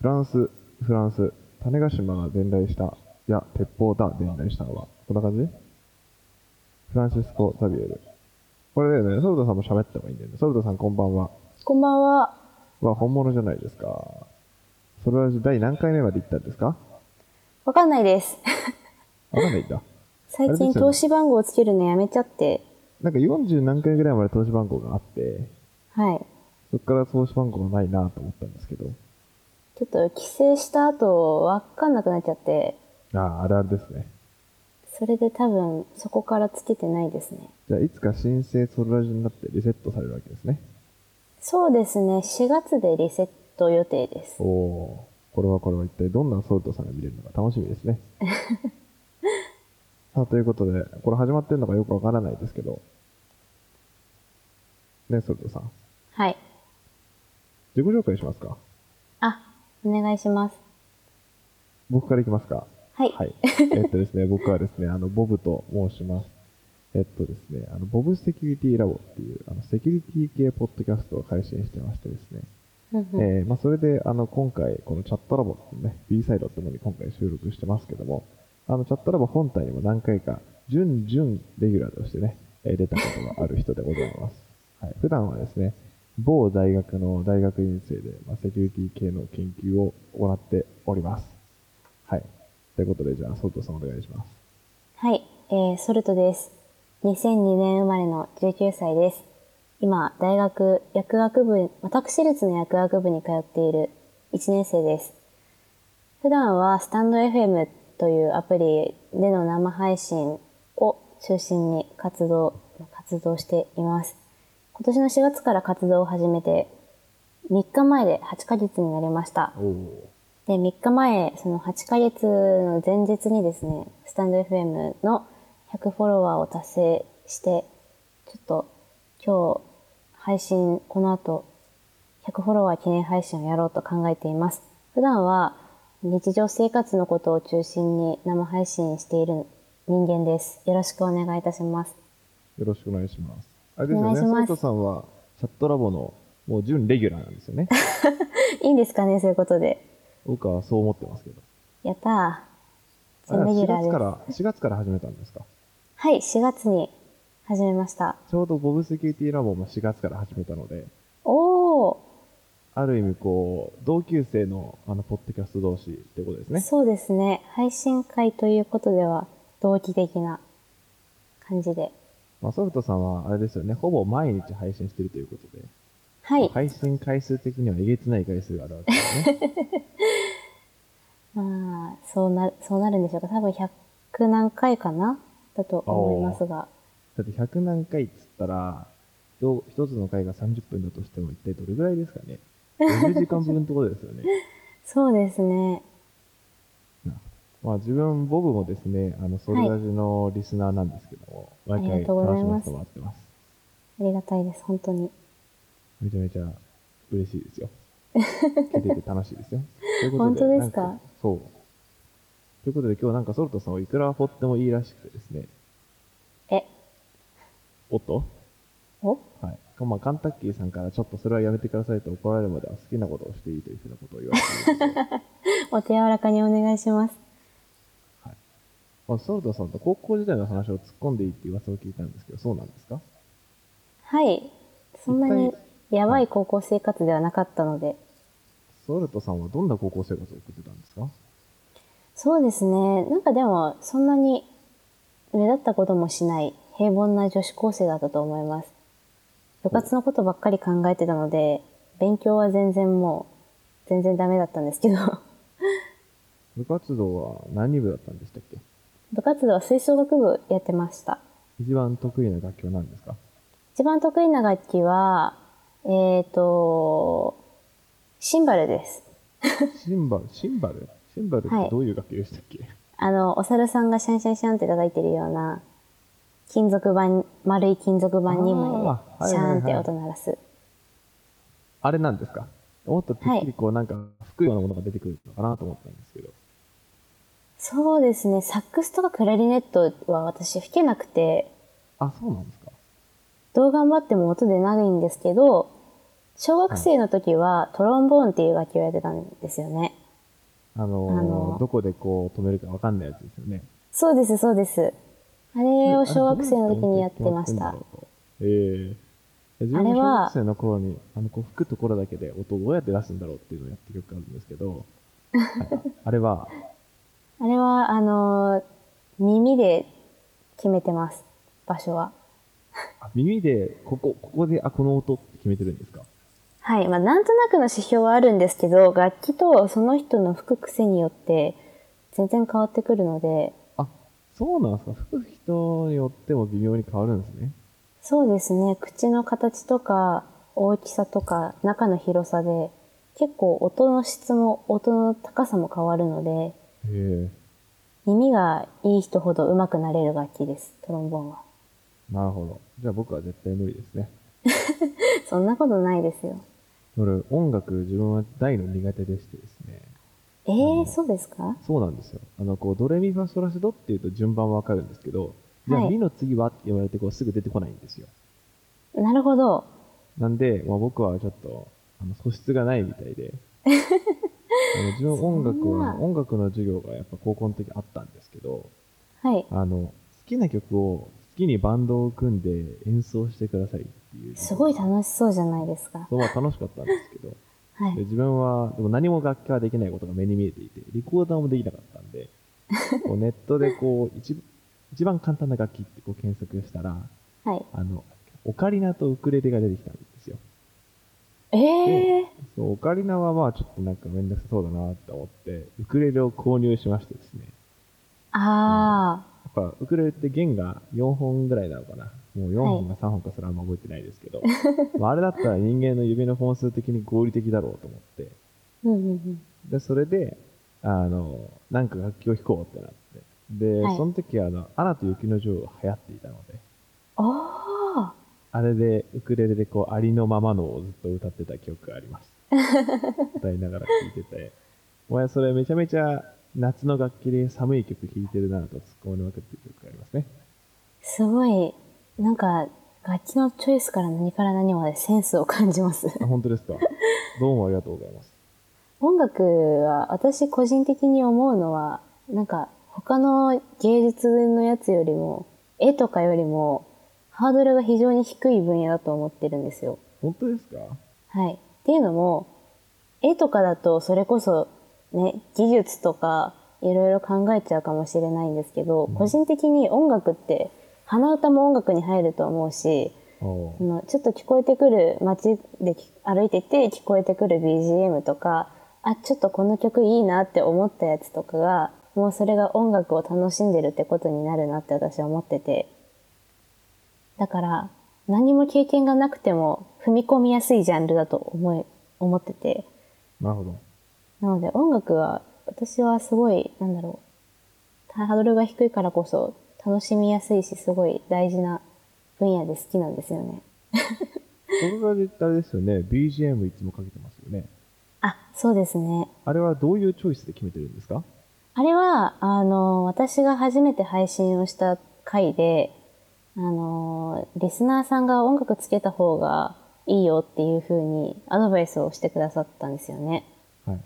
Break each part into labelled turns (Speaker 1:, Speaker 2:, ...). Speaker 1: フランス、フランス、種子島が伝来した、いや、鉄砲だ、伝来したのは。こんな感じフランシスコ・ザビエル。これだよね、ソルトさんも喋った方がいいんだよね。ソルトさんこんばんは。
Speaker 2: こんばんは。
Speaker 1: は本物じゃないですか。それは第何回目まで行ったんですか
Speaker 2: わかんないです。
Speaker 1: わかんないんだ。
Speaker 2: 最
Speaker 1: あれで
Speaker 2: 近
Speaker 1: すよね
Speaker 2: 投資番号をつけるのやめちゃって。
Speaker 1: なんか40何回ぐらいまで投資番号があって、
Speaker 2: はい。
Speaker 1: そこから投資番号がないなと思ったんですけど。
Speaker 2: ちょっと帰省した後、わかんなくなっちゃって、
Speaker 1: ああ、あれあれですね。
Speaker 2: それで多分そこからつけてないですね。
Speaker 1: じゃあ、いつか新生ソルラジになってリセットされるわけですね。
Speaker 2: そうですね。4月でリセット予定です
Speaker 1: お。おー、これはこれは一体どんなソルトさんが見れるのか楽しみですね。さあ、ということで、これ始まってるのかよくわからないですけど。ね、ソルトさん。
Speaker 2: はい。
Speaker 1: 自己紹介しますか
Speaker 2: あ、お願いします。
Speaker 1: 僕からいきますか
Speaker 2: はい。
Speaker 1: はい。えっとですね、僕はですね、あの、ボブと申します。えっとですね、あの、ボブセキュリティラボっていう、あの、セキュリティ系ポッドキャストを配信してましてですね、
Speaker 2: うんうん
Speaker 1: えーまあ、それで、あの、今回、このチャットラボっていうね、B サイドってものに今回収録してますけども、あの、チャットラボ本体にも何回か、準々レギュラーとしてね、えー出たことがある人でございます。 はい、普段はですね、某大学の大学院生で、まあ、セキュリティ系の研究を行っております。はい。ということで、じゃあ、ソウトさんお願いします。
Speaker 2: はい、えー、ソルトです。2002年生まれの19歳です。今、大学薬学部、私立の薬学部に通っている1年生です。普段はスタンド FM というアプリでの生配信を中心に活動、活動しています。今年の4月から活動を始めて3日前で8ヶ月になりました。
Speaker 1: おお。
Speaker 2: で、3日前、その8ヶ月の前日にですね、スタンド FM の100フォロワーを達成して、ちょっと今日配信、この後、100フォロワー記念配信をやろうと考えています。普段は日常生活のことを中心に生配信している人間です。よろしくお願いいたします。
Speaker 1: よろしくお願いします。あれです
Speaker 2: お
Speaker 1: よ
Speaker 2: 願い
Speaker 1: ね、
Speaker 2: しま
Speaker 1: ソ
Speaker 2: す
Speaker 1: ウトさんは、チャットラボの、もう準レギュラーなんですよ ね。
Speaker 2: いいんですかねそういうことで。
Speaker 1: 僕はそう思ってますけど。
Speaker 2: やったー。
Speaker 1: あれは
Speaker 2: レギュラー
Speaker 1: 4
Speaker 2: で
Speaker 1: 月
Speaker 2: す
Speaker 1: か。ら、4月から始めたんですか
Speaker 2: はい、4月に始めました。
Speaker 1: ちょうどボブセキュリティラボも4月から始めたので、
Speaker 2: おー。
Speaker 1: ある意味こう、同級生のあの、ポッドキャスト同士ってことですね。
Speaker 2: そうですね。配信会ということでは、同期的な感じで。
Speaker 1: まあ、ソフトさんはあれですよね、ほぼ毎日配信してるということで、
Speaker 2: はい。
Speaker 1: 配信回数的にはえげつない回数があるわけです ね。
Speaker 2: まあ、そうな、そうなるんでしょうか。多分100何回かなだと思いますが。
Speaker 1: だって100何回っつったら、どう一つの回が30分だとしても一体どれぐらいですかね。50時間分ってことですよ ね。
Speaker 2: そうですね。
Speaker 1: まあ自分、ボブもですね、あの、ソルラジのリスナーなんですけども、毎
Speaker 2: あ
Speaker 1: 回
Speaker 2: りがとうござ
Speaker 1: 楽
Speaker 2: い
Speaker 1: しま
Speaker 2: ま
Speaker 1: せ
Speaker 2: す
Speaker 1: てもらってます。
Speaker 2: ありがたいです。本当に。
Speaker 1: めちゃめちゃ嬉しい ですよ。聞いてて楽しいですよ。ということ
Speaker 2: 本当ですか
Speaker 1: なんそう。ということで今日なんかソルトさんをいくら掘ってもいいらしくてですね。
Speaker 2: え、
Speaker 1: おっと
Speaker 2: お
Speaker 1: はい。まあ、カンタッキーさんからちょっとそれはやめてくださいと怒られるまでは好きなことをしていいというふうなことを言わ れているんですけど
Speaker 2: お手柔らかにお願いします。
Speaker 1: まあ、ソルトさんと高校時代の話を突っ込んでいいって噂を聞いたんですけど、そうなんですか
Speaker 2: はい。そんな
Speaker 1: 一
Speaker 2: に
Speaker 1: 体
Speaker 2: やばい高校生活ではなかったので。
Speaker 1: ソルトさんはどんな高校生活を送ってたんですか
Speaker 2: そうですね。なんかでも、そんなに目立ったこともしない平凡な女子高生だったと思います。部活のことばっかり考えてたので、勉強は全然もう、全然ダメだったんですけど、
Speaker 1: 部活動は何部だったんでしたっけ
Speaker 2: 部活動は吹奏楽部やってました。
Speaker 1: 一番得意な楽器は何ですか
Speaker 2: 一番得意な楽器は、えーと、シンバルです。
Speaker 1: シンバル、シンバルシンバルってどういう楽器でしたっけ、
Speaker 2: あの、お猿さんがシャンシャンシャンって叩いてるような、金属板、丸い金属板2枚
Speaker 1: あー
Speaker 2: で、シャーンっ
Speaker 1: はいはい
Speaker 2: て
Speaker 1: はい
Speaker 2: 音鳴らす。
Speaker 1: あれなんですかもっとてっきりこうなんか吹くようなものが出てくるのかなと思ったんですけど。
Speaker 2: そうですね。サックスとかクラリネットは私弾けなくて、
Speaker 1: あ、そうなんですか
Speaker 2: どう頑張っても音出ないんですけど、小学生の時はトロンボーンっていう楽器をやってたんですよね。
Speaker 1: あのー
Speaker 2: あのー
Speaker 1: どこでこう止めるかわかんないやつですよね。
Speaker 2: そうです、そうです。あ
Speaker 1: あ
Speaker 2: れ
Speaker 1: れ
Speaker 2: を小学生の時にやってまし
Speaker 1: あ
Speaker 2: た
Speaker 1: れ。ええ自分も小学生の頃に、あの、こう吹くところだけで音をどうやって出すんだろうっていうのをやった曲があるんですけど、はいあれは、
Speaker 2: あれは、あのー耳で決めてます。場所は。
Speaker 1: あ耳で、ここ、ここで、あ、この音って決めてるんですか
Speaker 2: はい。まあ、なんとなくの指標はあるんですけど、楽器とその人の吹く癖によって、全然変わってくるので、
Speaker 1: あ、そうなんですか吹く人によっても微妙に変わるんですね。
Speaker 2: そうですね。口の形とか、大きさとか、中の広さで、結構音の質も、音の高さも変わるので、
Speaker 1: へえ
Speaker 2: 耳がいい人ほど上手くなれる楽器です。トロンボーンは。
Speaker 1: なるほど。じゃあ僕は絶対無理ですね。
Speaker 2: そんなことないですよ。
Speaker 1: 俺、音楽、自分は大の苦手でしてですね。
Speaker 2: ええー、そうですか
Speaker 1: そうなんですよ。あの、こう、ドレミファソラシドっていうと順番はわかるんですけど、じゃ
Speaker 2: は
Speaker 1: あ、
Speaker 2: い
Speaker 1: ミの次はって言われて、こう、すぐ出てこないんですよ。
Speaker 2: なるほど。
Speaker 1: なんで、まあ、僕はちょっと、あの、素質がないみたい で。あの自分音楽
Speaker 2: そん
Speaker 1: は、
Speaker 2: な
Speaker 1: 音楽の授業がやっぱ高校の時あったんですけど、
Speaker 2: はい。
Speaker 1: あの、好きな曲を、好きにバンドを組んで演奏してくださいっていう。
Speaker 2: すごい楽しそうじゃないですか。
Speaker 1: そうまあ楽しかったんですけど、
Speaker 2: は
Speaker 1: で
Speaker 2: い。
Speaker 1: 自分はでも何も楽器はできないことが目に見えていてリコーダーもできなかったんでこうネットでこう一一番簡単な楽器ってこう検索したら
Speaker 2: はい。
Speaker 1: あのオカリナとウクレレが出てきたんですよ
Speaker 2: ええ
Speaker 1: そうオカリナはまあちょっとなんか面倒くさそうだなって思ってウクレレを購入しましてですね
Speaker 2: ああ、
Speaker 1: やっぱウクレレって弦が4本ぐらいなのかなもう4本か3本かそれはあんま覚えてないですけど、まああれだったら人間の指の本数的に合理的だろうと思って
Speaker 2: うんうんうん。
Speaker 1: で、それで、あの、なんか楽器を弾こうってなって。で、
Speaker 2: はい
Speaker 1: その時、あの、アナと雪の女王が流行っていたので、
Speaker 2: ああ、
Speaker 1: あれで、ウクレレでこう、ありのままのをずっと歌ってた記憶があり ます。歌いながら聴いてて、お前それめちゃめちゃ夏の楽器で寒い曲弾いてるなと突っ込まれまくってる曲がありますね。
Speaker 2: すごい、なんか、楽器のチョイスから何から何までセンスを感じます。
Speaker 1: あ、本当です かどうもありがとうございます。
Speaker 2: 音楽は私個人的に思うのは、なんか他の芸術のやつよりも、絵とかよりも、ハードルが非常に低い分野だと思ってるんですよ。
Speaker 1: 本当ですか
Speaker 2: はい。っていうのも、絵とかだとそれこそね、技術とかいろいろ考えちゃうかもしれないんですけど、
Speaker 1: うん
Speaker 2: 個人的に音楽って、鼻歌も音楽に入ると思うし、
Speaker 1: お
Speaker 2: そうのちょっと聞こえてくる街でき歩いてて聞こえてくる BGM とか、あ、ちょっとこの曲いいなって思ったやつとかが、もうそれが音楽を楽しんでるってことになるなって私は思ってて。だから、何も経験がなくても踏み込みやすいジャンルだと思い、思ってて。
Speaker 1: なるほど。
Speaker 2: なので音楽は、私はすごい、なんだろう、ハードルが低いからこそ楽しみやすいし、すごい大事な分野で好きなんですよね。
Speaker 1: 僕が言ったあれですよね、BGM いつもかけてますよね。
Speaker 2: あ、そうですね。
Speaker 1: あれはどういうチョイスで決めてるんですか
Speaker 2: あれは、あの、私が初めて配信をした回で、あの、リスナーさんが音楽つけた方がいいよっていう風にアドバイスをしてくださったんですよね。
Speaker 1: はい。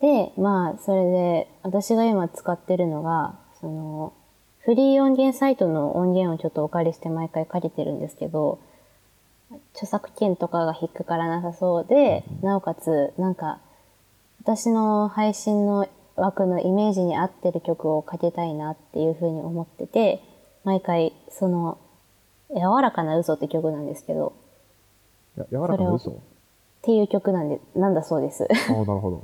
Speaker 2: で、まあ、それで、私が今使ってるのが、その、フリー音源サイトの音源をちょっとお借りして毎回借りてるんですけど、著作権とかが引っかからなさそうで、なおかつ、なんか、私の配信の枠のイメージに合ってる曲をかけたいなっていうふうに思ってて、毎回、その、柔らかな嘘って曲なんですけど、
Speaker 1: や柔らかな嘘
Speaker 2: っていう曲なんで、なんだそうです。
Speaker 1: ああ、なるほど。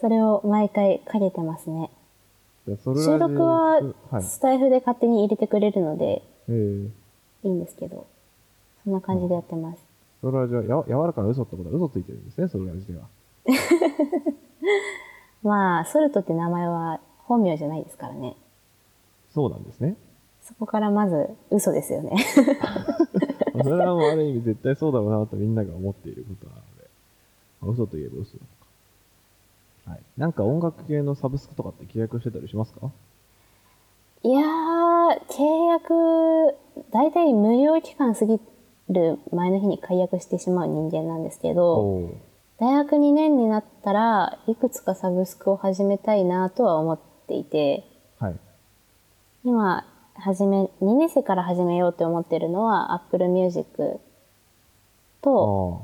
Speaker 2: それを毎回かけてますね。
Speaker 1: じゃあそれ
Speaker 2: 収録は
Speaker 1: はい。
Speaker 2: スタイフで勝手に入れてくれるので
Speaker 1: えー、
Speaker 2: いいんですけど、そんな感じでやってます。
Speaker 1: それはじゃあ、や柔らかな嘘ってことは嘘ついてるんですね、それら自体は。
Speaker 2: まあ、ソルトって名前は本名じゃないですからね。
Speaker 1: そうなんですね。
Speaker 2: そこからまず嘘ですよね。
Speaker 1: まあそれはもうある意味絶対そうだろうなとみんなが思っていることなので。あ嘘といえば嘘なのか。はい。なんか音楽系のサブスクとかって契約してたりしますか
Speaker 2: いやー、契約、だいたい無料期間過ぎる前の日に解約してしまう人間なんですけど、
Speaker 1: おー
Speaker 2: 大学2年になったらいくつかサブスクを始めたいなとは思っていて、
Speaker 1: はい。
Speaker 2: 今、始め、2年生から始めようって思ってるのは Apple Music
Speaker 1: あ
Speaker 2: と、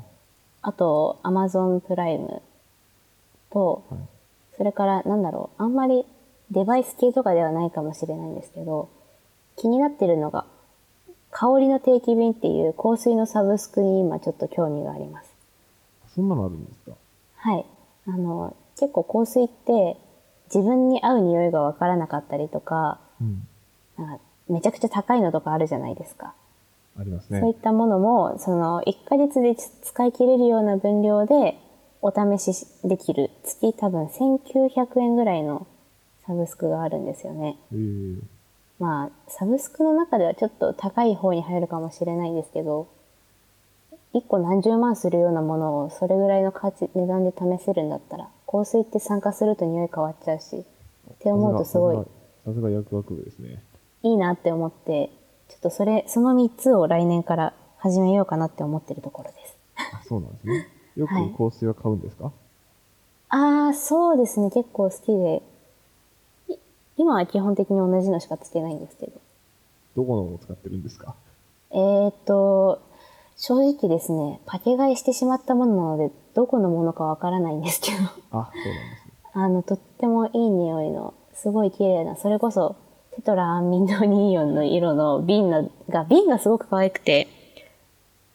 Speaker 1: ー
Speaker 2: あと Amazon プライムと、
Speaker 1: はい
Speaker 2: それからなんだろう、あんまりデバイス系とかではないかもしれないんですけど、気になってるのが、香りの定期便っていう香水のサブスクに今ちょっと興味があります。
Speaker 1: そんなのあるんですか
Speaker 2: はい。あの、結構香水って自分に合う匂いがわからなかったりとか、
Speaker 1: うん。
Speaker 2: なんかめちゃくちゃ高いのとかあるじゃないですか。
Speaker 1: あります
Speaker 2: そうい
Speaker 1: ね
Speaker 2: っ。たものも、その、1ヶ月で使い切れるような分量で、お試しできる、月多分1900円ぐらいのサブスクがあるんですよね。
Speaker 1: えー、
Speaker 2: まあ、サブスクの中ではちょっと高い方に入るかもしれないんですけど、1個何十万するようなものを、それぐらいの価値、値段で試せるんだったら、香水って参加すると匂い変わっちゃうし、って思うとすごい
Speaker 1: さが。さすが薬学部ですね。
Speaker 2: いいなって思って、ちょっとそれ、その3つを来年から始めようかなって思ってるところです。
Speaker 1: あ、そうなんですね。よく
Speaker 2: はい
Speaker 1: 香水は買うんですか、
Speaker 2: ああ、そうですね。結構好きで。い今は基本的に同じのしかつけないんですけど。
Speaker 1: どこのを使ってるんですか
Speaker 2: えーっと、正直ですね、パケ買いしてしまったものなので、どこのものかわからないんですけど、
Speaker 1: あ、そ うなんですね。
Speaker 2: あの、とってもいい匂いの、すごい綺麗な、それこそ、テトラアンミンドニーヨンの色の瓶のが、瓶がすごく可愛くて、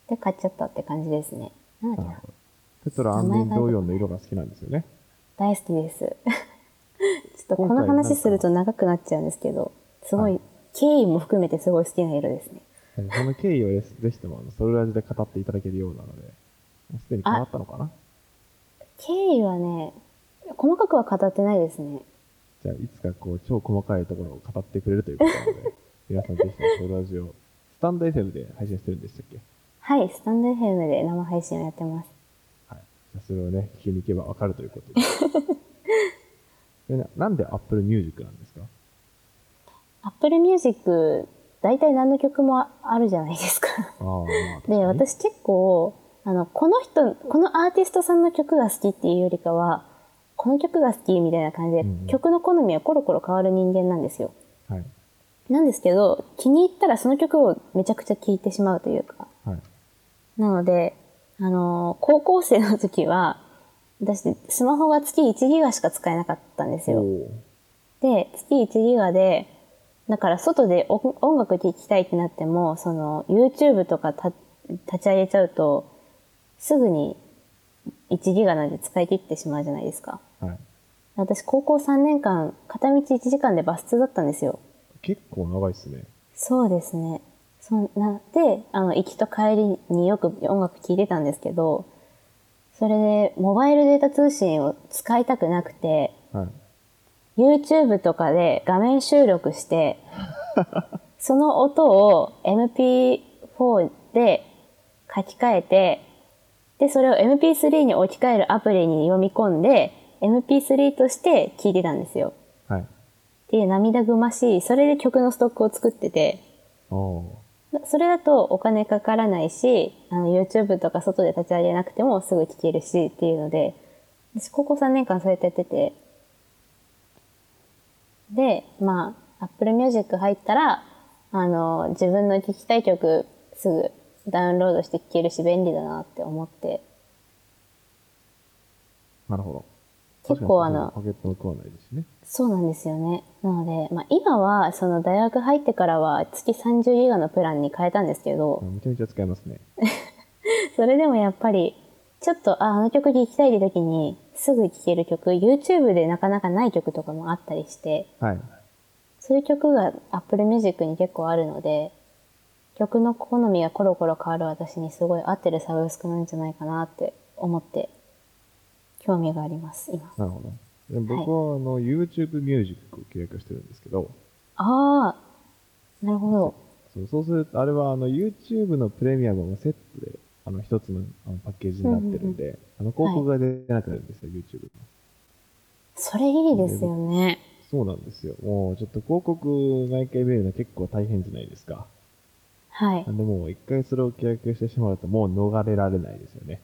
Speaker 2: で、買っちゃったって感じですね。なんだっけな
Speaker 1: あテトラ安眠同様の色が好きなんですよね。
Speaker 2: 大好きです。 ちょっとこの話すると長くなっちゃうんですけど、すご、
Speaker 1: はい
Speaker 2: 経緯も含めてすごい好きな色ですね。
Speaker 1: はいその経緯をですぜひとも、あのソルラジで語っていただけるようなので、もうすでに変わったのかな
Speaker 2: 経緯はね、細かくは語ってないですね。
Speaker 1: じゃあ、いつかこう、超細かいところを語ってくれるということな ので、皆さんぜひともソルラジを、スタンド FM で配信してるんでしたっけ
Speaker 2: はい、スタンド FM で生配信をやってます。
Speaker 1: はい。じゃあそれをね、聞きに行けばわかるということで。 でななんで Apple Music なんですか
Speaker 2: Apple Music、大体何の曲もああるじゃな いですか。
Speaker 1: ああ、まあ確か
Speaker 2: で、
Speaker 1: に。
Speaker 2: 私結構、あの、この人、このアーティストさんの曲が好きっていうよりかは、この曲が好きみたいな感じで、
Speaker 1: うんうん
Speaker 2: 曲の好みはコロコロ変わる人間なんですよ。
Speaker 1: はい。
Speaker 2: なんですけど、気に入ったらその曲をめちゃくちゃ聴いてしまうというか。
Speaker 1: はい。
Speaker 2: なので、あのー高校生の時は、私、スマホが月1ギガしか使えなかったんです
Speaker 1: お
Speaker 2: よ。
Speaker 1: お
Speaker 2: で、月1ギガで、だから外で音音楽聴きたいってなっても、その、YouTube とかた立ち上げちゃうと、すぐに1ギガなんで使い切ってしまうじゃないですか。
Speaker 1: ー。はい。
Speaker 2: 私、高校3年間、片道1時間でバス通だったんですよ。
Speaker 1: 結構長いっすね。
Speaker 2: そうですね。そんな、で、あの、行きと帰りによく音楽聴いてたんですけど、それで、モバイルデータ通信を使いたくなくて、
Speaker 1: はい。
Speaker 2: YouTube とかで画面収録して、その音を MP4 で書き換えて、で、それを MP3 に置き換えるアプリに読み込んで、MP3 として聴いてたんですよ。
Speaker 1: はい。
Speaker 2: っていう涙ぐましい、それで曲のストックを作ってて、
Speaker 1: おお
Speaker 2: それだとお金かからないし、あの YouTube とか外で立ち上げなくてもすぐ聞けるしっていうので、私高校3年間そうやってやってて、で、まあ、Apple Music 入ったら、あの、自分の聴きたい曲すぐダウンロードして聴けるし便利だなって思って、
Speaker 1: ー。なるほど。
Speaker 2: 結構あ
Speaker 1: 確かに
Speaker 2: の
Speaker 1: パケットの食わないですね。
Speaker 2: そうなんですよね。なので、まあ今は、その大学入ってからは月30ギガのプランに変えたんですけど、
Speaker 1: あめちゃめちゃ使えますね。
Speaker 2: それでもやっぱり、ちょっと、あ、あの曲聴きたいって時に、すぐ聴ける曲、YouTube でなかなかない曲とかもあったりして、
Speaker 1: はい。
Speaker 2: そういう曲が Apple Music に結構あるので、曲の好みがコロコロ変わる私にすごい合ってるサブスクなんじゃないかなって思って、興味があります、今。
Speaker 1: なるほど。で僕はあの YouTube Music を契約してるんですけど、
Speaker 2: あー、なるほど。
Speaker 1: そうそうすると、あれはあの YouTube のプレミアムもセットで、あの一つのあのパッケージになってるんで、あの広告が出なくなるんですよ、YouTube の。
Speaker 2: それいいですよね。
Speaker 1: そうなんですよ。もうちょっと広告毎回見るの結構大変じゃないですか。
Speaker 2: はい
Speaker 1: な。んでもう一回それを契約してしまうともう逃れられないですよね。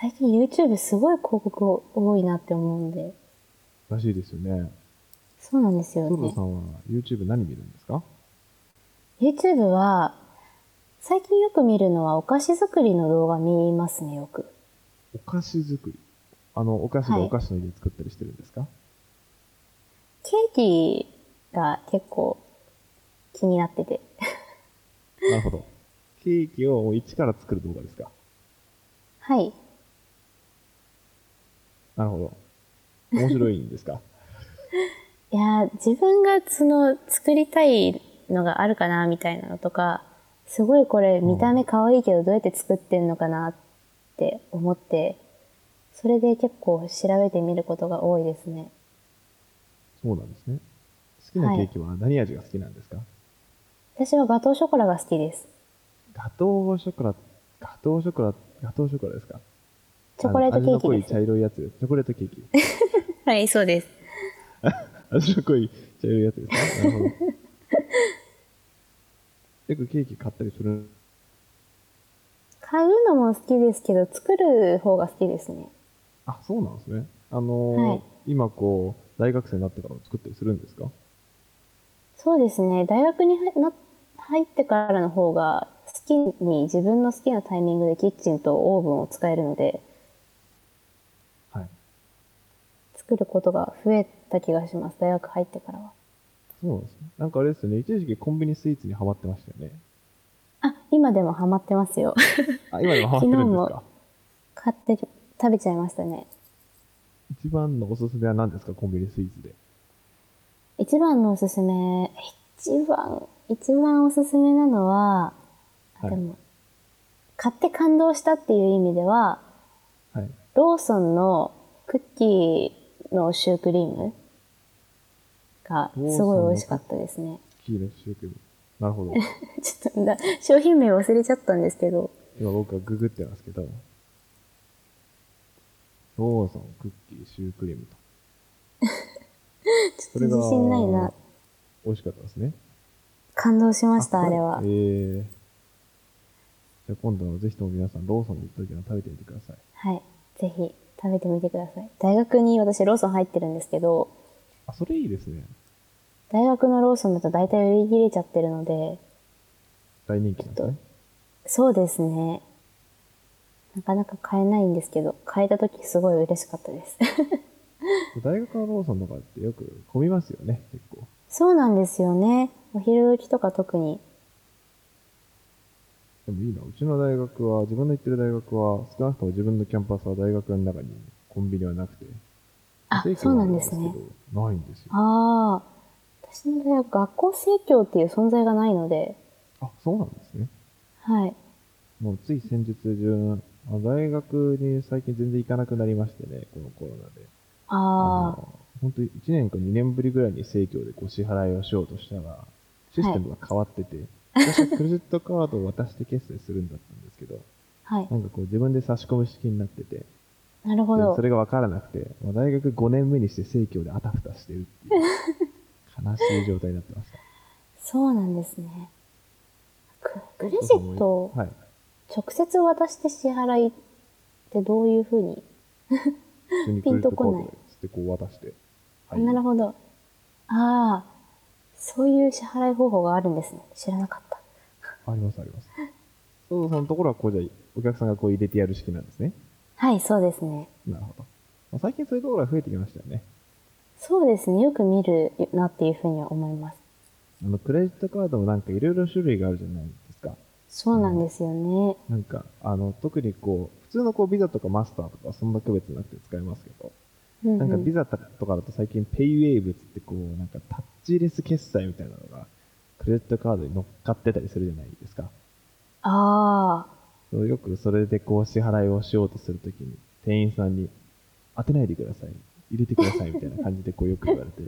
Speaker 2: 最近 YouTube すごい広告多いなって思うんで。
Speaker 1: らしいですよね。
Speaker 2: そうなんですよ
Speaker 1: ソル
Speaker 2: ね
Speaker 1: さ。んは YouTube 何見るんですか
Speaker 2: YouTube は、最近よく見るのはお菓子作りの動画見ますね、よく。
Speaker 1: お菓子作り。あの、お菓子で
Speaker 2: はい
Speaker 1: お菓子の家作ったりしてるんですか、
Speaker 2: ケーキが結構気になってて。
Speaker 1: なるほど。ケーキをもう一から作る動画ですか
Speaker 2: はい。
Speaker 1: なるほど。面白いんです か
Speaker 2: いやー、自分がその作りたいのがあるかな、みたいなのとか、すごいこれ見た目可愛いけどどうやって作ってんのかなって思って、それで結構調べてみることが多いですね。
Speaker 1: そうなんですね。好きなケーキは何味が好きなんですか、
Speaker 2: 私はガトーショコラが好きです。
Speaker 1: ガトーショコラ、ガトーショコラ、ガトーショコラですか
Speaker 2: チョコレートケ
Speaker 1: あの味の濃
Speaker 2: ーキ
Speaker 1: い
Speaker 2: です。
Speaker 1: 茶色いやつです。チョコレートケーキ。
Speaker 2: はい、そうです。
Speaker 1: 味の濃い茶色いやつですね。なるほど。 よくケーキ買ったりする。
Speaker 2: 買うのも好きですけど、作る方が好きですね。
Speaker 1: あ、そうなんですね。あのー
Speaker 2: はい
Speaker 1: 今こう、大学生になってから作ったりするんですか
Speaker 2: そうですね。大学に入な入ってからの方が、好きに、自分の好きなタイミングでキッチンとオーブンを使えるので、
Speaker 1: はい。
Speaker 2: 作ることが増えた気がします。大学入ってからは。
Speaker 1: そうなんですね。なんかあれですよね。一時期コンビニスイーツにハマってましたよね。
Speaker 2: あ、今でもハマってますよ。
Speaker 1: あ、今でもハマってるんです
Speaker 2: 昨日
Speaker 1: か
Speaker 2: も買ってる食べちゃいましたね。
Speaker 1: 一番のおすすめは何ですかコンビニスイーツで。
Speaker 2: 一番のおすすめ、一番、一番おすすめなのは、あ
Speaker 1: はい
Speaker 2: でも、買って感動したっていう意味では、
Speaker 1: はい。
Speaker 2: ローソンのクッキーのシュークリームがすごい美味しかったですね。
Speaker 1: 黄色シュークリーム。なるほ ど。
Speaker 2: ちょっとな商品名忘れちゃったんですけど、
Speaker 1: 今僕はググってますけど。ローソン、クッキー、シュークリームと。
Speaker 2: ちょっと自信ないな。
Speaker 1: 美味しかったですね。
Speaker 2: 感動しました、
Speaker 1: こ
Speaker 2: あれは
Speaker 1: ええ。じゃあ今度はぜひとも皆さん、ローソンに行った時は食べてみてください。
Speaker 2: はい。ぜひ食べてみてください。大学に私ローソン入ってるんですけど、
Speaker 1: あ、それいいですね。
Speaker 2: 大学のローソンだと大体売り切れちゃってるので、
Speaker 1: 大人気なんですね。
Speaker 2: そうですね。なかなか買えないんですけど、買えた時すごい嬉しかったです。
Speaker 1: 大学のローソンとかってよく混みますよね、結構。
Speaker 2: そうなんですよね。お昼時とか特に。
Speaker 1: でもいいな、うちの大学は、自分の行ってる大学は、少なくとも自分のキャンパスは大学の中にコンビニはなくて。
Speaker 2: あ
Speaker 1: 正、規
Speaker 2: そう
Speaker 1: は
Speaker 2: な
Speaker 1: ある
Speaker 2: んですね
Speaker 1: け。ど。ないんですよ。
Speaker 2: ああ。私の大学、学校生協っていう存在がないので、
Speaker 1: あ、そうなんですね。
Speaker 2: はい。
Speaker 1: もうつい先日中、あ大学に最近全然行かなくなりましてね、このコロナで。
Speaker 2: ああ。
Speaker 1: 本当に1年か2年ぶりぐらいに生協でご支払いをしようとしたら、システムが変わってて、私はクレジットカードを渡して決済するんだったんですけど、
Speaker 2: はい
Speaker 1: な。んかこう自分で差し込む式になってて、
Speaker 2: なるほ
Speaker 1: で
Speaker 2: ど
Speaker 1: そ。れが分からなくて、まあ大学5年目にして生協であたふたしてるっていう悲しい状態になってま した。
Speaker 2: そうなんですね。ククレジットを
Speaker 1: はい。
Speaker 2: 直接渡して支払いってどういうふうに、
Speaker 1: 普通にクレジットカードでつってこう渡して。はい。
Speaker 2: なるほど。ああ、そういう支払い方法があるんですね。知らなかった。
Speaker 1: ありますあります。そうそのところはこうじゃお客さんがこう入れてやる式なんですね。
Speaker 2: はい、そうですね。
Speaker 1: なるほど。まあ最近そういうところが増えてきましたよね。
Speaker 2: そうですね。よく見るなっていうふうには思います。
Speaker 1: あのクレジットカードもなんかいろいろ種類があるじゃないですか。
Speaker 2: そうなんですよね。
Speaker 1: なんかあの特にこう普通のこうビザとかマスターとかそんな区別なくて使えますけど、
Speaker 2: うん
Speaker 1: なんか
Speaker 2: う
Speaker 1: ビ
Speaker 2: ん、
Speaker 1: ザとかだと最近ペイウェイブってこうなんかタッチレス決済みたいなのがクレジットカードに乗っかってたりするじゃないですか。
Speaker 2: ああ、
Speaker 1: そうよくそれでこう支払いをしようとするときに店員さんに当てないでください入れてくださいみたいな感じでこうよく言われて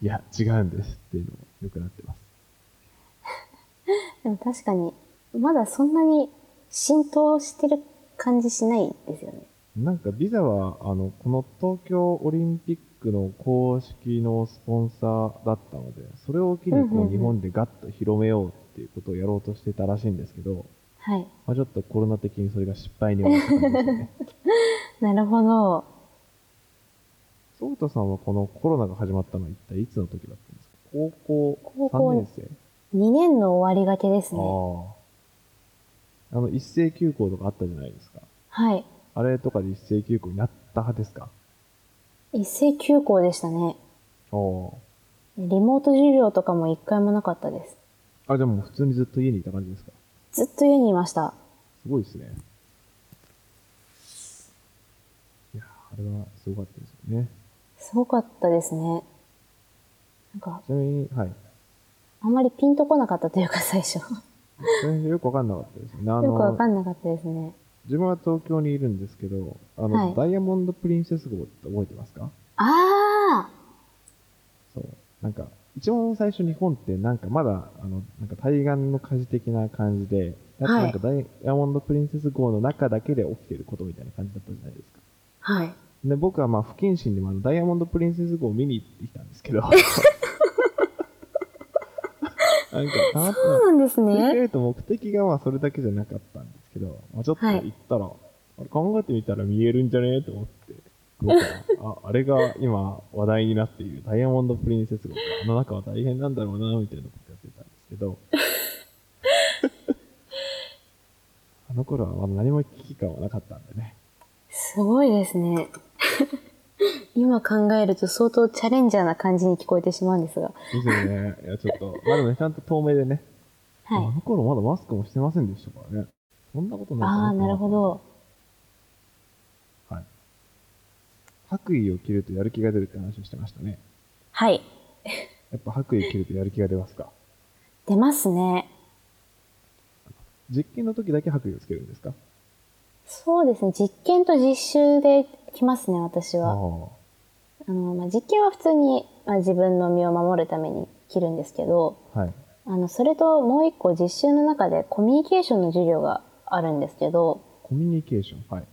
Speaker 1: いや違うんですっていうのもよくなってます
Speaker 2: でも確かに、まだそんなに浸透してる感じしないですよね。
Speaker 1: なんかビザは、あの、この東京オリンピックの公式のスポンサーだったので、それを機に
Speaker 2: うんうん
Speaker 1: こ
Speaker 2: うん
Speaker 1: う日本でガッと広めようっていうことをやろうとしてたらしいんですけど、
Speaker 2: はい。
Speaker 1: まあ、ちょっとコロナ的にそれが失敗に終わった感じですね。
Speaker 2: なるほど。
Speaker 1: ソウタさんはこのコロナが始まったのは一体いつの時だったんですか高
Speaker 2: 高
Speaker 1: 校
Speaker 2: 校
Speaker 1: 3年生
Speaker 2: 2年の終わりがけですね。
Speaker 1: ああ。あの、一斉休校とかあったじゃないですか。
Speaker 2: はい。
Speaker 1: あれとかで一斉休校になった派ですか
Speaker 2: 一斉休校でしたね。
Speaker 1: お
Speaker 2: リモート授業とかも一回もなかったです。
Speaker 1: あ。あ、でも普通にずっと家にいた感じですか
Speaker 2: ずっと家にいました。
Speaker 1: すごいですね。いやー、あれはすごかったですよね。
Speaker 2: すごかったですね。なんか、
Speaker 1: ちなみに、はい。
Speaker 2: あんまりピンとこなかったというか最初。よ
Speaker 1: 全然よくわかんなかったですよね。あ
Speaker 2: くわ
Speaker 1: の
Speaker 2: か、んなかったですね。
Speaker 1: 自分は東京にいるんですけど、あの、
Speaker 2: はい
Speaker 1: ダイヤモンドプリンセス号って覚えてますか
Speaker 2: あ
Speaker 1: そう。なんか、一番最初日本ってなんかまだ、あの、なんか対岸の火事的な感じで、やっぱなんかダイヤモンドプリンセス号の中だけで起きてることみたいな感じだったじゃないですか。
Speaker 2: あはい。
Speaker 1: で、僕はまあ不謹慎でもあのダイヤモンドプリンセス号を見に行ってきたんです けど、なんか、たまた
Speaker 2: そうなんです
Speaker 1: ま、振り返
Speaker 2: ね。
Speaker 1: ると目的がまあそれだけじゃなかったんですけど、まあ、ちょっと
Speaker 2: はい
Speaker 1: 行ったら、あれ考えてみたら見えるんじゃねえと思って、僕は ああれが今話題になっているダイヤモンドプリンセス号あの中は大変なんだろうな、みたいなことやってたんですけ ど、あの頃はまだ何も危機感はなかったんでね。
Speaker 2: すごいですね。今考えると相当チャレンジャーな感じに聞こえてしまうんですが。
Speaker 1: ですよね。いや、ちょっと、まだね、ちゃんと透明でね。
Speaker 2: はい
Speaker 1: あ。の頃まだマスクもしてませんでしたからね。そんなことないか
Speaker 2: ああ、なるほ。ど。
Speaker 1: はい。白衣を着るとやる気が出るって話をしてましたね。
Speaker 2: はい。
Speaker 1: やっぱ白衣着るとやる気が出ますか
Speaker 2: 出ますね。
Speaker 1: 実験の時だけ白衣をつけるんですか
Speaker 2: そうですね。実験と実習で来ますね、私
Speaker 1: ああ
Speaker 2: は。あの、まあ、実験は普通に、まあ、自分の身を守るために着るんですけど、
Speaker 1: はい。
Speaker 2: あの、それともう一個実習の中でコミュニケーションの授業があるんですけど、
Speaker 1: コミュニケーション。はい。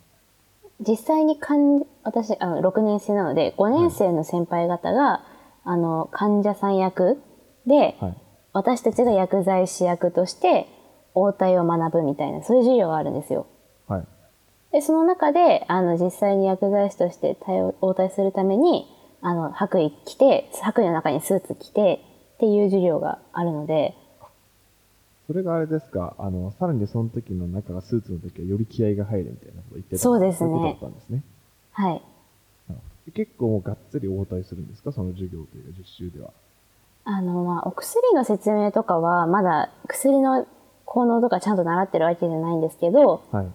Speaker 2: 実際に患者、私、あの、6年生なので、5年生の先輩方が、あの、患者さん役で、
Speaker 1: はい。
Speaker 2: 私たちが薬剤師役として、応対を学ぶみたいな、そういう授業があるんですよ。
Speaker 1: はい。
Speaker 2: で、その中で、あの、実際に薬剤師として対応、応対するために、あの、白衣着て、白衣の中にスーツ着て、っていう授業があるので、
Speaker 1: それがあれですかあの、さらにその時の中がスーツの時はより気合が入るみたいなことを言ってた
Speaker 2: そうですね
Speaker 1: そういうことだったんですね。
Speaker 2: はい。
Speaker 1: なるほど結構もうがっつり応対するんですかその授業というか実習では。
Speaker 2: あの、まあ、お薬の説明とかは、まだ薬の効能とかちゃんと習ってるわけじゃないんですけど、
Speaker 1: はい。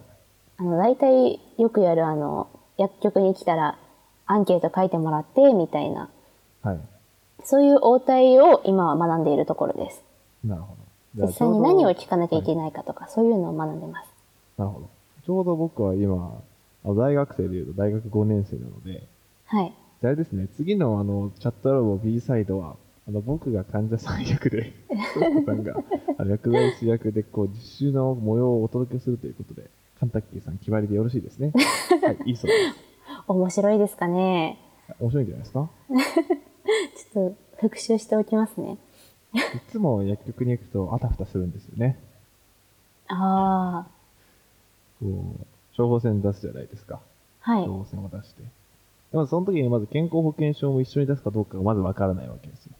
Speaker 2: あの、大体よくやる、あの、薬局に来たらアンケート書いてもらって、みたいな、
Speaker 1: はい。
Speaker 2: そういう応対を今は学んでいるところです。
Speaker 1: なるほど。
Speaker 2: 実際に何を聞かなきゃいけ
Speaker 1: い、
Speaker 2: ないかとか、そういうのを学んでます。
Speaker 1: なるほど。ちょうど僕は今、あの大学生でいうと大学5年生なので、
Speaker 2: はい。
Speaker 1: あれですね、次のあのチャットラボ B サイドは、あの僕が患者さん役で、トッさんがあの薬剤師役で、こう、実習の模様をお届けするということで、カンタッキーさん決まりでよろしいですね。はい、いいそうです。
Speaker 2: 面白いですかね。
Speaker 1: 面白いんじゃないですか
Speaker 2: ちょっと復習しておきますね。
Speaker 1: いつも薬局に行くとあたふたするんですよね。
Speaker 2: あ
Speaker 1: こう、処方箋出すじゃないですか。
Speaker 2: あ、はい
Speaker 1: 処。方箋を出して。でもその時にまず健康保険証も一緒に出すかどうかがまずわからないわけですよ。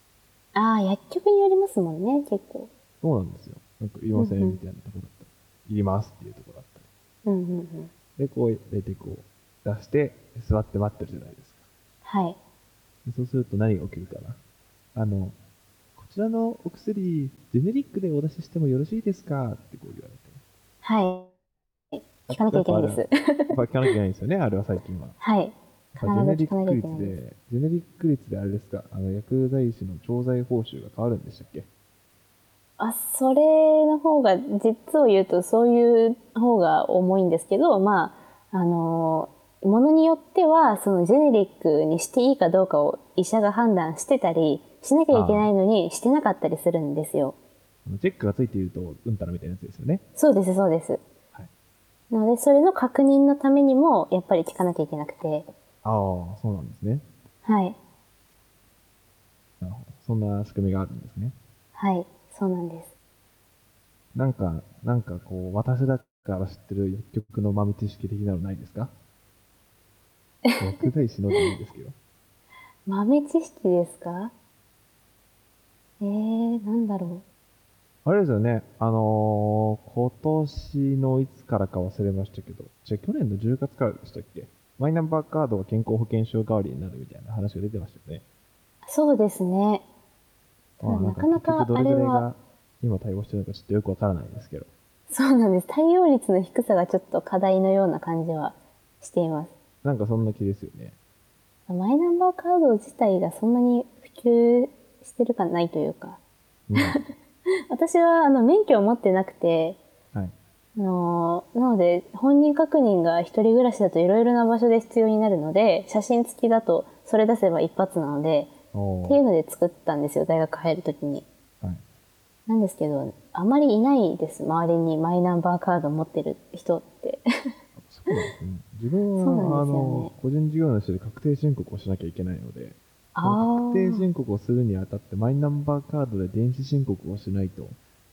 Speaker 2: ああ、薬局によりますもんね、結構。
Speaker 1: そうなんですよ。なんか、いりませんみたいなところだったり、いりますっていうところだった
Speaker 2: うんうんうん。
Speaker 1: り。で、こう、大体こう、出して、座って待ってるじゃないですか。
Speaker 2: はい。
Speaker 1: でそうすると何が起きるかな。あの、こちらのお薬、ジェネリックでお出ししてもよろしいですかってこう言われて。
Speaker 2: はい。聞かなきゃいけないです。
Speaker 1: やっぱ聞かなきゃいけないんですよね、あ れは最近は。
Speaker 2: はい。
Speaker 1: ジェネリッ
Speaker 2: 必ず聞かなきゃ
Speaker 1: ク率
Speaker 2: いけないです。
Speaker 1: で、ジェネリック率であれですか、あの、薬剤師の調剤報酬が変わるんでしたっけ
Speaker 2: あ、それの方が、実を言うとそういう方が重いんですけど、まあ、あのー、ものによっては、そのジェネリックにしていいかどうかを医者が判断してたり、しなきゃいけないのにしてなかったりするんですよ。
Speaker 1: あのチェックがついていると、うんたらみたいなやつですよね。
Speaker 2: そうです、そうです。
Speaker 1: はい
Speaker 2: なので、それの確認のためにも、やっぱり聞かなきゃいけなくて、
Speaker 1: ああ、そうなんですね。
Speaker 2: はい。
Speaker 1: なるほど。そんな仕組みがあるんですね。
Speaker 2: はい。そうなんです。
Speaker 1: なんか、なんかこう、私だから知ってる薬局の豆知識的なのない ですか薬剤師のでもいいですけど。
Speaker 2: 豆知識ですかえー、なんだろ
Speaker 1: あれですよね、あのー今年のいつからか忘れましたけど、じゃあ去年の10月からでしたっけマイナンバーカードが健康保険証代わりになるみたいな話が出てましたよね。
Speaker 2: う。そうですね。ただ
Speaker 1: まあ
Speaker 2: なかなか
Speaker 1: ん結局どれぐらい
Speaker 2: あれは
Speaker 1: が今対応してるのかちょっとよくわからないんですけど。
Speaker 2: そうなんです。対応率の低さがちょっと課題のような感じはしています。
Speaker 1: なんかそんな気ですよね。
Speaker 2: マイナンバーカード自体がそんなに普及してるかないというか、
Speaker 1: うんは
Speaker 2: 私はあの免許を持ってなくて、
Speaker 1: い。
Speaker 2: あのなので本人確認が一人暮らしだといろいろな場所で必要になるので、写真付きだとそれ出せば一発なので、
Speaker 1: お
Speaker 2: っていう
Speaker 1: ー
Speaker 2: ので作ったんですよ、大学入るときに。
Speaker 1: はい、
Speaker 2: なんですけど、あまりいないです、周りにマイナンバーカード持ってる人って。
Speaker 1: そうなんですね。自分は、
Speaker 2: そうなんですよね
Speaker 1: あの、個人事業主で確定申告をしなきゃいけないので、
Speaker 2: あ
Speaker 1: 確定
Speaker 2: ー
Speaker 1: 申告をするにあたってマイナンバーカードで電子申告をしないと、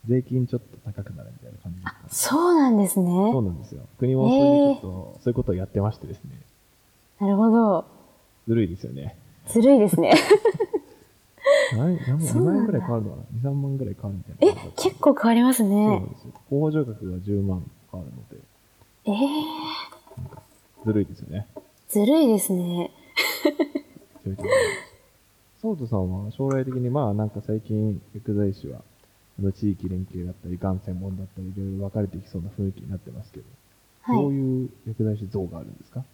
Speaker 1: 税金ちょっと高くなるみたいな感じですかね
Speaker 2: そうなんですね。
Speaker 1: そうなんですよ。国もそういうちょっと、そういうことをやってましてですね。
Speaker 2: なるほど。
Speaker 1: ずるいですよね。
Speaker 2: ずるいで すね。
Speaker 1: 何、何
Speaker 2: そう
Speaker 1: 2
Speaker 2: なんだ
Speaker 1: 万円ぐらい変わるのかな ?2、3万ぐらい変わるみたい
Speaker 2: え
Speaker 1: な感じだっ、た。
Speaker 2: 結構変わります
Speaker 1: そうな
Speaker 2: ね
Speaker 1: ん。ですよ。候補助額が10万変わるので、
Speaker 2: えー、
Speaker 1: ずるいですよね。
Speaker 2: ずるいですね。
Speaker 1: そういうところですソウトさんは将来的に、まあなんか最近、薬剤師は、あの地域連携だったり、がん専門だったり、いろいろ分かれていきそうな雰囲気になってますけど、
Speaker 2: は
Speaker 1: どう
Speaker 2: い。
Speaker 1: いう薬剤師像があるんですか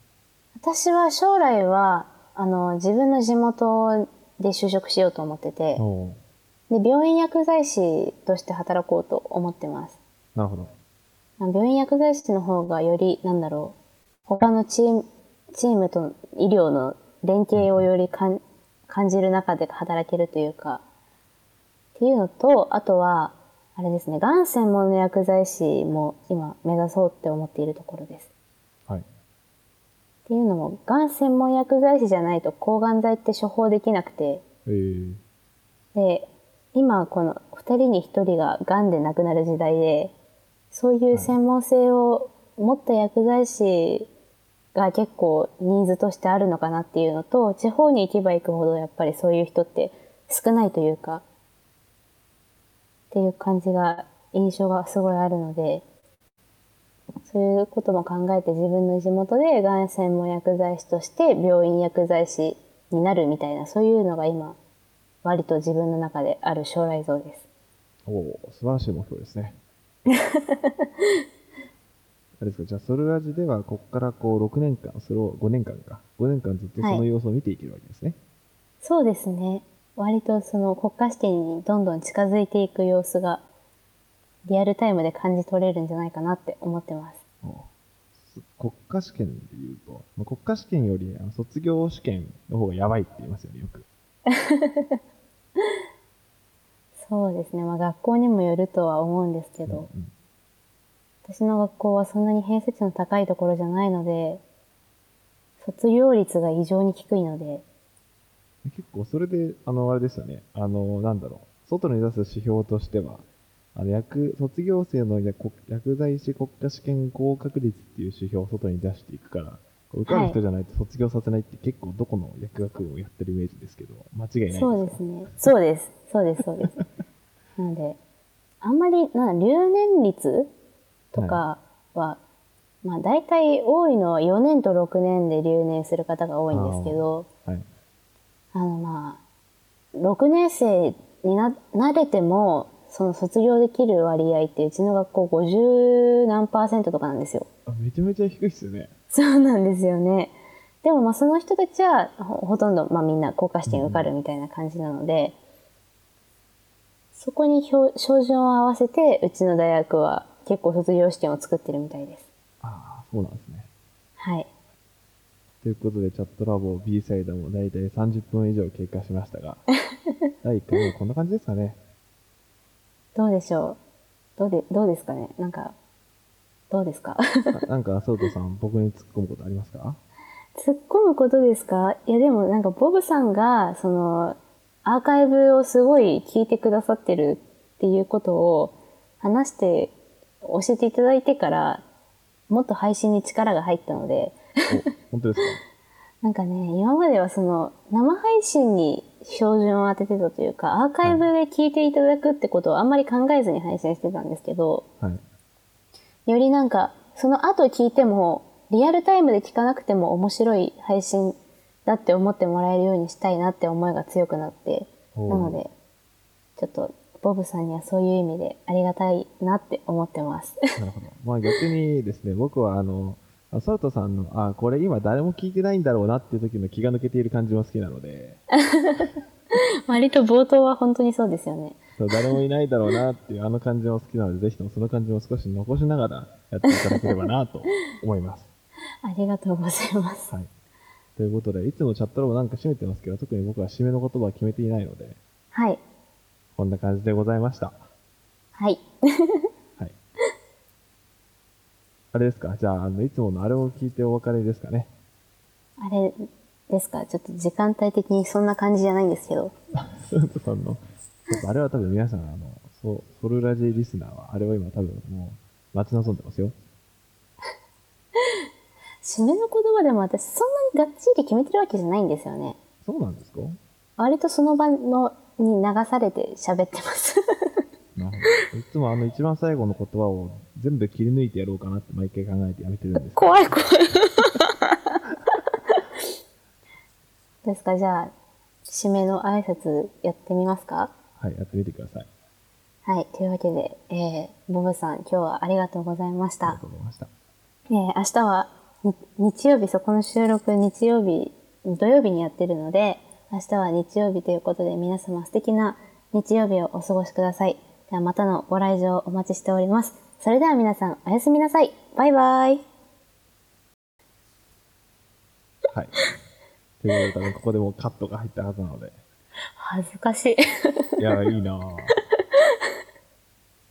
Speaker 2: 私は将来は、あの、自分の地元で就職しようと思ってて、
Speaker 1: おー
Speaker 2: で、病院薬剤師として働こうと思ってます。
Speaker 1: なるほど。
Speaker 2: まあ病院薬剤師の方がより、なんだろう、他のチーム、チームと医療の連携をよりかん感じる中で働けるというか、っていうのと、あとは、あれですね、がん専門の薬剤師も今目指そうって思っているところです。
Speaker 1: はい。
Speaker 2: っていうのも、がん専門薬剤師じゃないと抗がん剤って処方できなくて、
Speaker 1: えー、
Speaker 2: で、今この2人に1人が癌で亡くなる時代で、そういう専門性を持った薬剤師が結構ニーズとしてあるのかなっていうのと、地方に行けば行くほどやっぱりそういう人って少ないというか、っていう感じが、印象がすごいあるので、そういうことも考えて自分の地元でがん専門薬剤師として病院薬剤師になるみたいな、そういうのが今割と自分の中である将来像です。
Speaker 1: おお素晴らしい目標です ね。あれですか、じゃあ、ソルラジでは、ここからこう、6年間、それを5年間か。5年間ずっとその
Speaker 2: はい
Speaker 1: 様子を見ていけるわけですね。
Speaker 2: そうですね。割とその国家試験にどんどん近づいていく様子がリアルタイムで感じ取れるんじゃないかなって思ってます。
Speaker 1: おす国家試験で言うと、まあ、国家試験よりあの卒業試験の方がやばいって言いますよね、よく。
Speaker 2: そうですね。まあ学校にもよるとは思うんですけど、
Speaker 1: うん
Speaker 2: 私の学校はそんなに偏差値の高いところじゃないので、卒業率が異常に低いので、
Speaker 1: で結構、それで、あの、あれですよね、あの、なんだろう、外に出す指標としては、あの薬卒業生の薬薬剤師国家試験合格率っていう指標を外に出していくから、こう受かる人じゃないと卒業させないって結構どこの薬学部をやってるイメージですけど、間違いないですか
Speaker 2: そうですね。そうです。そうです、 そうです。なので、あんまり、なんだ留年率とかは、まあ大体多いのは4年と6年で留年する方が多いんですけど、
Speaker 1: はい。
Speaker 2: あのまあ、6年生にな、慣れても、その卒業できる割合ってうちの学校50何パーセントとかなんですよ。
Speaker 1: あめちゃめちゃ低いですよね。
Speaker 2: そうなんですよね。でもまあその人たちはほほとんどまあみんな国家試験受かるみたいな感じなので、そこに標標準を合わせてうちの大学は結構卒業試験を作ってるみたいです。
Speaker 1: ああ、そうなんですね。
Speaker 2: はい。
Speaker 1: ということで、チャットラボ B サイドも大体30分以上経過しましたが、第1回目こんな感じですかね。
Speaker 2: どうでしょうどうで、どうですかねなんか、どうですか
Speaker 1: ななんか、ソートさん、僕に突っ込むことありますか
Speaker 2: 突っ込むことですかいやでもなんかボブさんが、その、アーカイブをすごい聞いてくださってるっていうことを話して、教えていただいてから、もっと配信に力が入ったので、
Speaker 1: お本当ですか
Speaker 2: なんかね、今まではその、生配信に照準を当ててたというか、アーカイブで聞いていただくってことをあんまり考えずに配信してたんですけど、
Speaker 1: はい。
Speaker 2: よりなんか、その後聞いても、リアルタイムで聞かなくても面白い配信だって思ってもらえるようにしたいなって思いが強くなって、
Speaker 1: おう
Speaker 2: なので、ちょっと、ボブさんにはそういう意味でありがたいなって思ってます。
Speaker 1: なるほど。まあ逆にですね、僕はあの、あソートさんの、あ、これ今誰も聞いてないんだろうなっていう時の気が抜けている感じも好きなので、
Speaker 2: 割と冒頭は本当にそうですよね。
Speaker 1: そう誰もいないだろうなっていうあの感じも好きなので、ぜひともその感じも少し残しながらやっていただければなと思います。
Speaker 2: ありがとうございます。
Speaker 1: はい。ということで、いつもチャットロボなんか締めてますけど、特に僕は締めの言葉は決めていないので、
Speaker 2: はい。
Speaker 1: こんな感じでございました。
Speaker 2: はい。
Speaker 1: はい。 あれですかじゃあ、あの、いつものあれを聞いてお別れですかね。
Speaker 2: あれですかちょっと時間帯的にそんな感じじゃないんですけど。
Speaker 1: スートさんの、ちょっとあれは多分皆さん、あの、そう、ソルラジリスナーは、あれは今多分もう、待ち望んでますよ。
Speaker 2: 締めの言葉でも私そんなにがっちり決めてるわけじゃないんですよね。
Speaker 1: そうなんですか
Speaker 2: 割とその場のに流されて喋ってます。
Speaker 1: なるほど。いつもあの、一番最後の言葉を全部切り抜いてやろうかなって毎回考えてやめてるんですけど
Speaker 2: 怖い怖い。ですか、じゃあ、締めの挨拶やってみますか
Speaker 1: はい、やってみてください。
Speaker 2: はい、というわけで、えー、ボブさん、今日はありがとうございまし
Speaker 1: ありが
Speaker 2: た
Speaker 1: と。うございました。
Speaker 2: えー、明日はに日曜日、そうこの収録日曜日、土曜日にやってるので、明日は日曜日ということで皆様素敵な日曜日をお過ごしください。ではまたのご来場お待ちしております。それでは皆さんおやすみなさい。バイバイ。
Speaker 1: はい。ということで、多分ここでもうカットが入ったはずなので。
Speaker 2: 恥ずかしい。
Speaker 1: いや、いいなぁ。